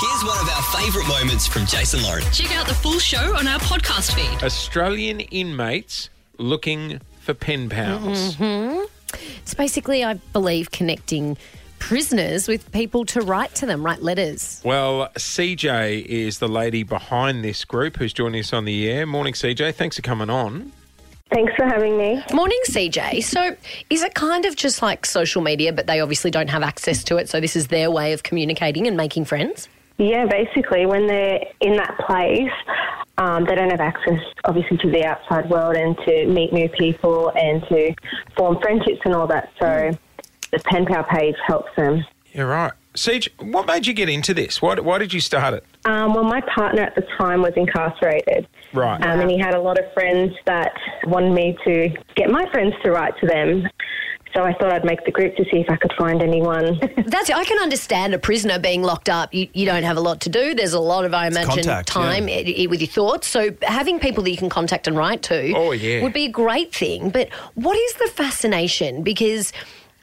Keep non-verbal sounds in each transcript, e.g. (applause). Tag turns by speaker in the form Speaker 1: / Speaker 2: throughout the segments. Speaker 1: Here's one of our favourite moments from Jason Lauren.
Speaker 2: Check out the full show on our podcast feed.
Speaker 3: Australian inmates looking for pen pals.
Speaker 4: It's basically, I believe, connecting prisoners with people to write to them, write letters.
Speaker 3: Well, CJ is the lady behind this group who's joining us on the air. Morning, CJ. Thanks for coming on.
Speaker 5: Thanks for having me.
Speaker 4: Morning, CJ. So, is it kind of just like social media, but they obviously don't have access to it? So, this is their way of communicating and making friends?
Speaker 5: Yeah, basically, when they're in that place, um, they don't have access, obviously, to the outside world and to meet new people and to form friendships and all that. So the pen pal page helps them.
Speaker 3: Yeah, right. CJ, what made you get into this? Why, why did you start it?
Speaker 5: Um, well, my partner at the time was incarcerated.
Speaker 3: Right.
Speaker 5: Um, and he had a lot of friends that wanted me to get my friends to write to them. So I thought I'd make the group to see if I could find anyone. (laughs)
Speaker 4: That's I can understand a prisoner being locked up. You, you don't have a lot to do. There's a lot of, I imagine,
Speaker 6: contact,
Speaker 4: time i i with your thoughts. So having people that you can contact and write to
Speaker 3: Oh, yeah.
Speaker 4: would be a great thing. But what is the fascination? Because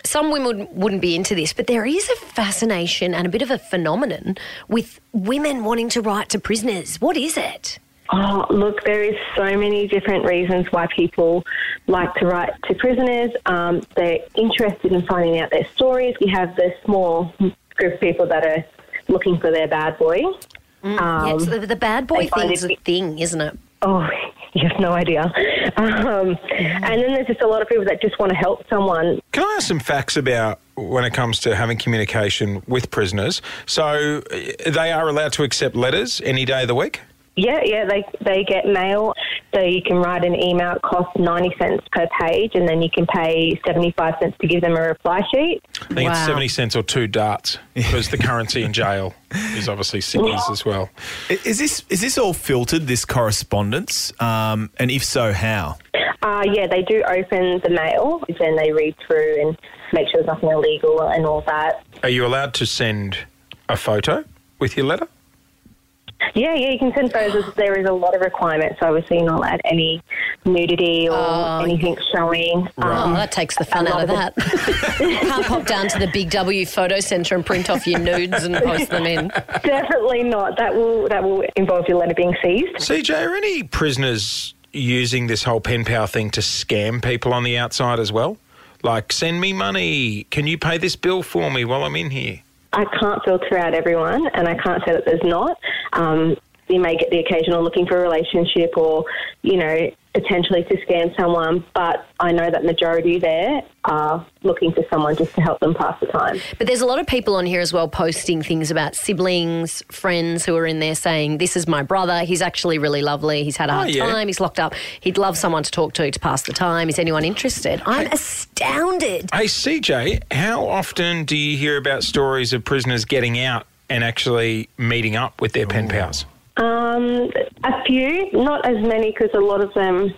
Speaker 4: some women wouldn't be into this, but there is a fascination and a bit of a phenomenon with women wanting to write to prisoners. What is it?
Speaker 5: Oh, look, there is so many different reasons why people like to write to prisoners. Um, they're interested in finding out their stories. We have the small group of people that are looking for their bad boy.
Speaker 4: Yeah,
Speaker 5: Um,
Speaker 4: it's the, the bad boy
Speaker 5: they find
Speaker 4: thing's
Speaker 5: it-
Speaker 4: a thing, isn't it?
Speaker 5: Oh, (laughs) you have no idea. Um, and then there's just a lot of people that just want to help someone.
Speaker 3: Can I ask some facts about when it comes to having communication with prisoners? So uh, they are allowed to accept letters any day of the week?
Speaker 5: Yeah, yeah, they they get mail. So you can write an email. It costs ninety cents per page, and then you can pay seventy five cents to give them a reply sheet.
Speaker 3: I think it's
Speaker 4: Wow.
Speaker 3: 70 cents or two (laughs) darts because the currency in jail is obviously Sydney's as well.
Speaker 6: I- Is this is this all filtered? This correspondence, um, and if so, how?
Speaker 5: Uh, yeah, they do open the mail and they read through and make sure there's nothing illegal and all that.
Speaker 3: Are you allowed to send a photo with your letter?
Speaker 5: Yeah, yeah, you can send photos. There is a lot of requirements. Obviously, you're not allowed any nudity or anything showing.
Speaker 4: Oh,
Speaker 5: Um,
Speaker 4: that takes the fun out of that. Can't pop down to the Big W Photo Centre and print off your nudes and post them in.
Speaker 5: Uh, definitely not. That will that will involve your letter being seized.
Speaker 3: CJ, are any prisoners using this whole pen pal thing to scam people on the outside as well? Like, send me money. Can you pay this bill for me while I'm in here?
Speaker 5: I can't filter out everyone, and I can't say that there's not. Um, you may get the occasional looking for a relationship or, you know, potentially to scam someone, but I know that majority there are looking for someone just to help them pass the time.
Speaker 4: But there's a lot of people on here as well posting things about siblings, friends who are in there saying, This is my brother. He's actually really lovely. He's had a hard
Speaker 3: yeah.
Speaker 4: time. He's locked up. He'd love someone to talk to to pass the time. Is anyone interested? I'm astounded.
Speaker 3: Hey, CJ, how often do you hear about stories of prisoners getting out and actually meeting up with their pen pals?
Speaker 5: Um, a few, not as many, because a lot of them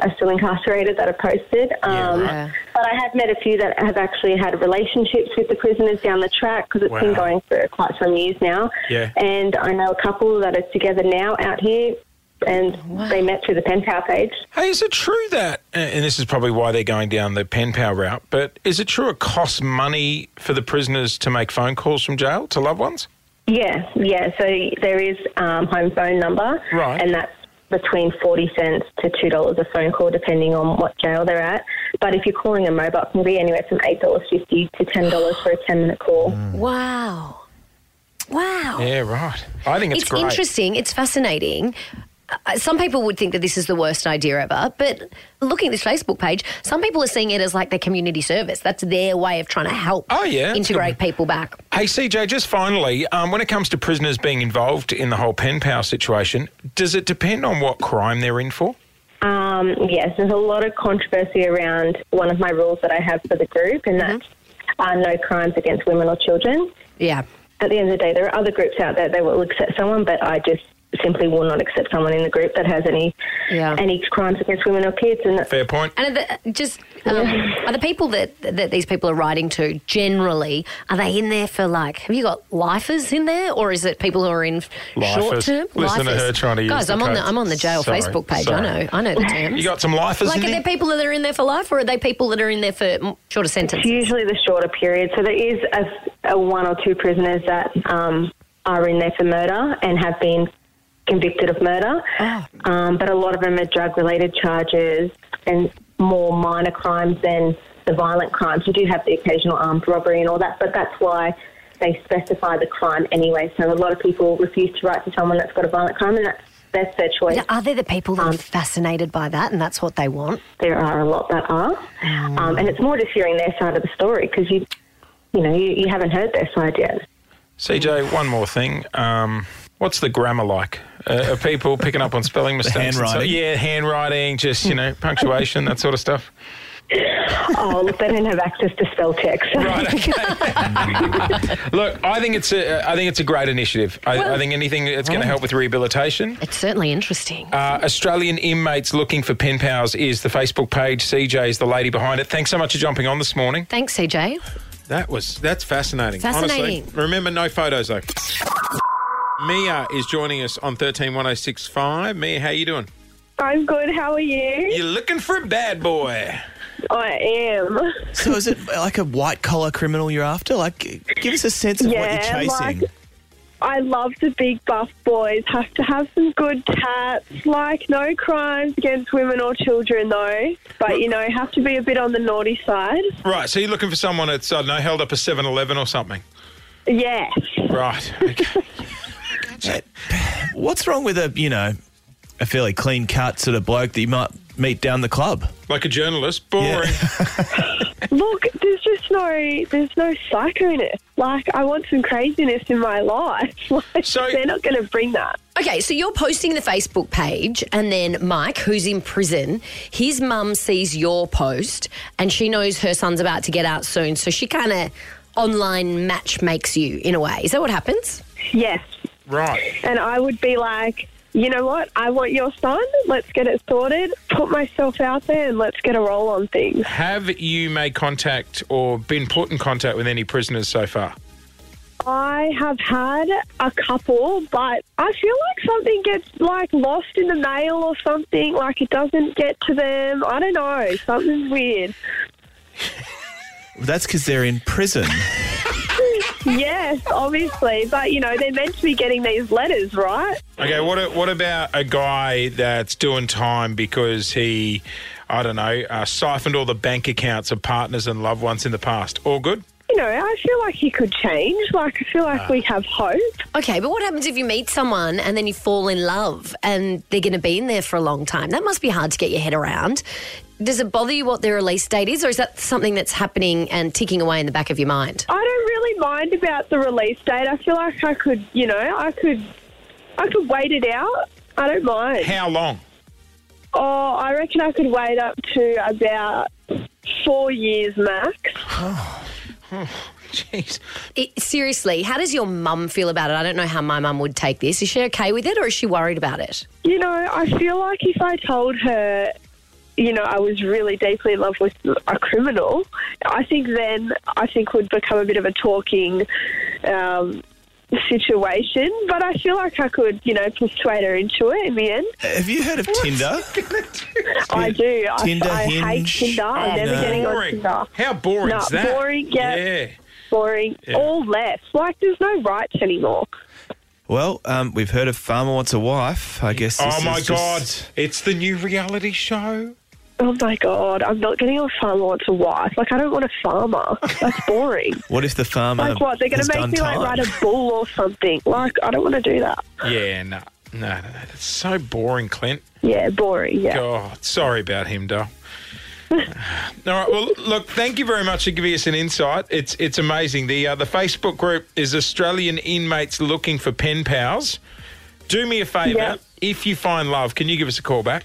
Speaker 5: are still incarcerated that are posted. Um,
Speaker 4: right.
Speaker 5: But I have met a few that have actually had relationships with the prisoners down the track because it's been
Speaker 3: Wow.
Speaker 5: going for quite some years now.
Speaker 3: Yeah.
Speaker 5: And I know a couple that are together now out here, and they met through the pen pal page.
Speaker 3: Hey, is it true that, and this is probably why they're going down the pen pal route, but is it true it costs money for the prisoners to make phone calls from jail to loved ones?
Speaker 5: Yeah, yeah. So there is um, home phone number,
Speaker 3: Right.
Speaker 5: And that's between forty cents to two dollars a phone call, depending on what jail they're at. But if you're calling a mobile, it can be anywhere from eight dollars fifty to ten dollars for a ten minute call.
Speaker 4: Mm. Wow. Wow.
Speaker 3: Yeah, right. I think it's,
Speaker 4: It's
Speaker 3: great.
Speaker 4: interesting. It's fascinating. Uh, Some people would think that this is the worst idea ever, but looking at this Facebook page, some people are seeing it as like their community service. That's their way of trying to help
Speaker 3: Oh, yeah, it's
Speaker 4: integrate people back.
Speaker 3: Hey, CJ, just finally, um, when it comes to prisoners being involved in the whole pen pal situation, does it depend on what crime they're in for?
Speaker 5: Um, yes, there's a lot of controversy around one of my rules that I have for the group, and that's uh, no crimes against women or children.
Speaker 4: Yeah.
Speaker 5: At the end of the day, there are other groups out there that will accept someone, but I just simply will not accept someone in the group that has any
Speaker 4: Yeah.
Speaker 5: any crimes against women or kids, and
Speaker 3: Fair point.
Speaker 4: And are the, just um, are the people that that these people are writing to generally are they in there for like have you got lifers in there or is it people who are in
Speaker 3: Lifers.
Speaker 4: short term?
Speaker 3: Listen to her trying to use
Speaker 4: guys.
Speaker 3: the
Speaker 4: I'm on the
Speaker 3: codes.
Speaker 4: I'm on the jail
Speaker 3: Sorry,
Speaker 4: Facebook page.
Speaker 3: sorry.
Speaker 4: I know I know the terms.
Speaker 3: You got some lifers
Speaker 4: Like,
Speaker 3: in
Speaker 4: are
Speaker 3: there?
Speaker 4: there people that are in there for life, or are they people that are in there for mm, shorter sentences?
Speaker 5: It's usually the shorter period. So there is a uh, one or two prisoners that um, are in there for murder and have been convicted of murder. Um, but a lot of them are drug related charges and more minor crimes than the violent crimes. You do have the occasional armed robbery and all that, but that's why they specify the crime anyway. So a lot of people refuse to write to someone that's got a violent crime, and that's, that's their choice.
Speaker 4: Are there the people that are fascinated by that and that's what they want?
Speaker 5: there are a lot that are, um, and it's more just hearing their side of the story because you, you know, you, you haven't heard their side yet.
Speaker 3: CJ, one more thing. Um, what's the grammar like? Uh, are people picking up on spelling mistakes? and so-
Speaker 6: handwriting.
Speaker 3: yeah, handwriting, just, you know, punctuation, that sort of stuff.
Speaker 5: Oh, look, they don't have access to spell checks.
Speaker 4: (laughs)
Speaker 3: Right. Okay. Look, I think it's a, I think it's a great initiative. I, I think anything that's going to help with rehabilitation.
Speaker 4: It's certainly interesting.
Speaker 3: Uh, Australian inmates looking for pen pals is the Facebook page. CJ is the lady behind it. Thanks so much for jumping on this morning.
Speaker 4: Thanks, CJ.
Speaker 3: That was that's fascinating.
Speaker 4: Fascinating.
Speaker 3: Honestly, remember no photos though. Mia is joining us on thirteen one zero six five. Mia, how you doing?
Speaker 7: I'm good. How are you?
Speaker 3: You're looking for a bad boy.
Speaker 7: I am.
Speaker 6: (laughs) So is it like a white collar criminal you're after? Like, give us a sense of what
Speaker 7: Yeah,
Speaker 6: you're chasing.
Speaker 7: like- I love the big buff boys. Have to have some good tats. Like no crimes against women or children though. But you know, have to be a bit on the naughty side.
Speaker 3: Right, so you're looking for someone that's I don't know held up a 7-Eleven or something.
Speaker 7: Yes.
Speaker 3: Right. Okay.
Speaker 6: What's wrong with a you know a fairly clean cut sort of bloke that you might meet down the club?
Speaker 3: (laughs) like a journalist. Boring. (laughs)
Speaker 7: Look, there's just no there's no psychoness. Like I want some craziness in my life. (laughs) Like
Speaker 3: So-
Speaker 7: they're not gonna bring that.
Speaker 4: Okay, so you're posting the Facebook page, and then Mike, who's in prison, his mum sees your post, and she knows her son's about to get out soon, so she kind of online match makes you in a way. Is that what happens?
Speaker 7: Yes.
Speaker 3: Right.
Speaker 7: And I would be like you know what? I want your son. Let's get it sorted. Put myself out there and let's get a roll on things.
Speaker 3: Have you made contact or been put in contact with any prisoners so far?
Speaker 7: I have had a couple, but I feel like something gets like lost in the mail or something. Like it doesn't get to them. I don't know. Something's weird.
Speaker 6: Well, that's because they're in prison.
Speaker 7: Yes, obviously, but you know they're meant to be getting these letters, right?
Speaker 3: Okay, what a- what about a guy that's doing time because he, I don't know, uh, siphoned all the bank accounts of partners and loved ones in the past? All good.
Speaker 7: You know, I feel like he could change. Like I feel like we have hope.
Speaker 4: Okay, but what happens if you meet someone and then you fall in love and they're going to be in there for a long time? That must be hard to get your head around. Does it bother you what their release date is, or is that something that's happening and ticking away in the back of your mind?
Speaker 7: I don't really mind about the release date. I feel like I could, you know, I could, I could wait it out. I don't mind.
Speaker 3: How long?
Speaker 7: Oh, I reckon I could wait up to about four years max.
Speaker 3: (laughs) Jeez.
Speaker 4: It, seriously, how does your mum feel about it? I don't know how my mum would take this. Is she okay with it, or is she worried about it?
Speaker 7: You know, I feel like if I told her, you know, I was really deeply in love with a criminal, I think then I think would become a bit of a talking um, situation. But I feel like I could, you know, persuade her into it in the end.
Speaker 6: Have you heard of Tinder?
Speaker 7: I do.
Speaker 6: Tinder,
Speaker 7: I, I hate
Speaker 6: Hinge.
Speaker 7: Tinder. I'm never
Speaker 6: no.
Speaker 7: getting on
Speaker 3: Boring.
Speaker 7: Tinder.
Speaker 3: How boring
Speaker 7: No,
Speaker 3: is that?
Speaker 7: boring, yeah.
Speaker 3: Yeah.
Speaker 7: Boring. All left. Like, there's no rights anymore.
Speaker 6: Well, um, we've heard of Farmer Wants a Wife. I guess. This
Speaker 3: oh my
Speaker 6: is
Speaker 3: God!
Speaker 6: just-
Speaker 3: It's the new reality show.
Speaker 7: Oh my god, I'm not getting a farmer wants a wife. Like I don't want a farmer. That's
Speaker 6: (laughs)
Speaker 7: boring.
Speaker 6: What if the farmer?
Speaker 7: like what? They're gonna
Speaker 6: has
Speaker 7: make
Speaker 6: done
Speaker 7: me
Speaker 6: time?
Speaker 7: like ride a bull or something. Like I don't want to do that.
Speaker 3: Yeah. No. No. No. no. That's so boring, Clint.
Speaker 7: Yeah, boring. Yeah.
Speaker 3: God, sorry about him, Dale. All right. Well, look. Thank you very much for giving us an insight. It's it's amazing. The uh, the Facebook group is Australian inmates looking for pen pals. Do me a favour.
Speaker 7: Yeah.
Speaker 3: If you find love, can you give us a call back?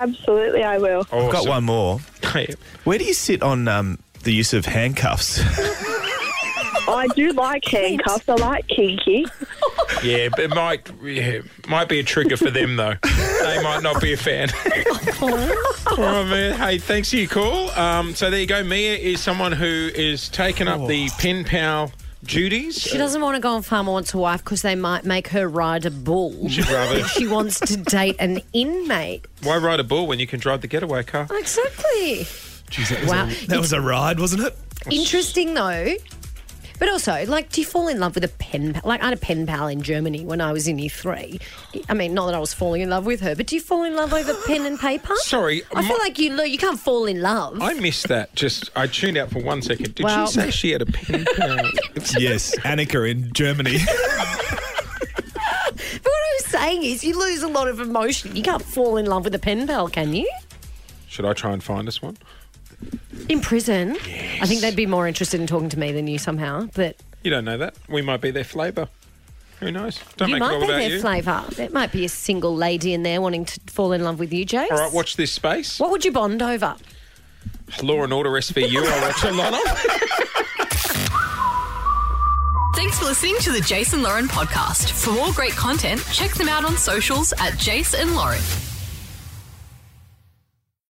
Speaker 7: Absolutely, I will.
Speaker 3: Oh,
Speaker 6: I've got
Speaker 3: (laughs)
Speaker 6: one more.
Speaker 3: one.
Speaker 6: Where do you sit on um, the use of handcuffs? Oh
Speaker 7: I do like handcuffs. I like kinky.
Speaker 3: yeah, but it might yeah, might be a trigger for them though. they might not be a fan. All right, man. Hey, thanks for your call. Um, so there you go. Mia is someone who is taking
Speaker 6: Oh.
Speaker 3: up the pen pal duties.
Speaker 4: She doesn't want to go on farm or wants a wife because they might make her ride a bull.
Speaker 3: She'd rather.
Speaker 4: she wants to date an inmate.
Speaker 3: Why ride a bull when you can drive the getaway car?
Speaker 4: Exactly.
Speaker 6: Jeez, that was
Speaker 4: Wow.
Speaker 6: a- that was a ride, wasn't it?
Speaker 4: Interesting though. But also, like, do you fall in love with a pen pal? Like, I had a pen pal in Germany when I was in year three. I mean, not that I was falling in love with her, but do you fall in love over pen and paper?
Speaker 3: (gasps) Sorry,
Speaker 4: I feel
Speaker 3: my-
Speaker 4: like you lo- you can't fall in love.
Speaker 3: I missed that. Just I tuned out for one second. Did
Speaker 4: Well-
Speaker 3: she say she had a pen (laughs) pal?
Speaker 6: yes, Annika in Germany. (laughs)
Speaker 4: But what I'm saying is, you lose a lot of emotion. You can't fall in love with a pen pal, can you?
Speaker 3: Should I try and find us one?
Speaker 4: In prison, I think they'd be more interested in talking to me than you somehow. But
Speaker 3: You don't know that. We might be their flavour. Who knows? Don't
Speaker 4: you
Speaker 3: make it
Speaker 4: might
Speaker 3: all
Speaker 4: be
Speaker 3: about
Speaker 4: their
Speaker 3: you.
Speaker 4: flavour. There might be a single lady in there wanting to fall in love with you, Jace.
Speaker 3: All right, watch this space.
Speaker 4: What would you bond over?
Speaker 3: Law and Order SVU. I watch a lot of.
Speaker 2: Thanks for listening to the Jason Lauren podcast. For more great content, check them out on socials at Jason Lauren.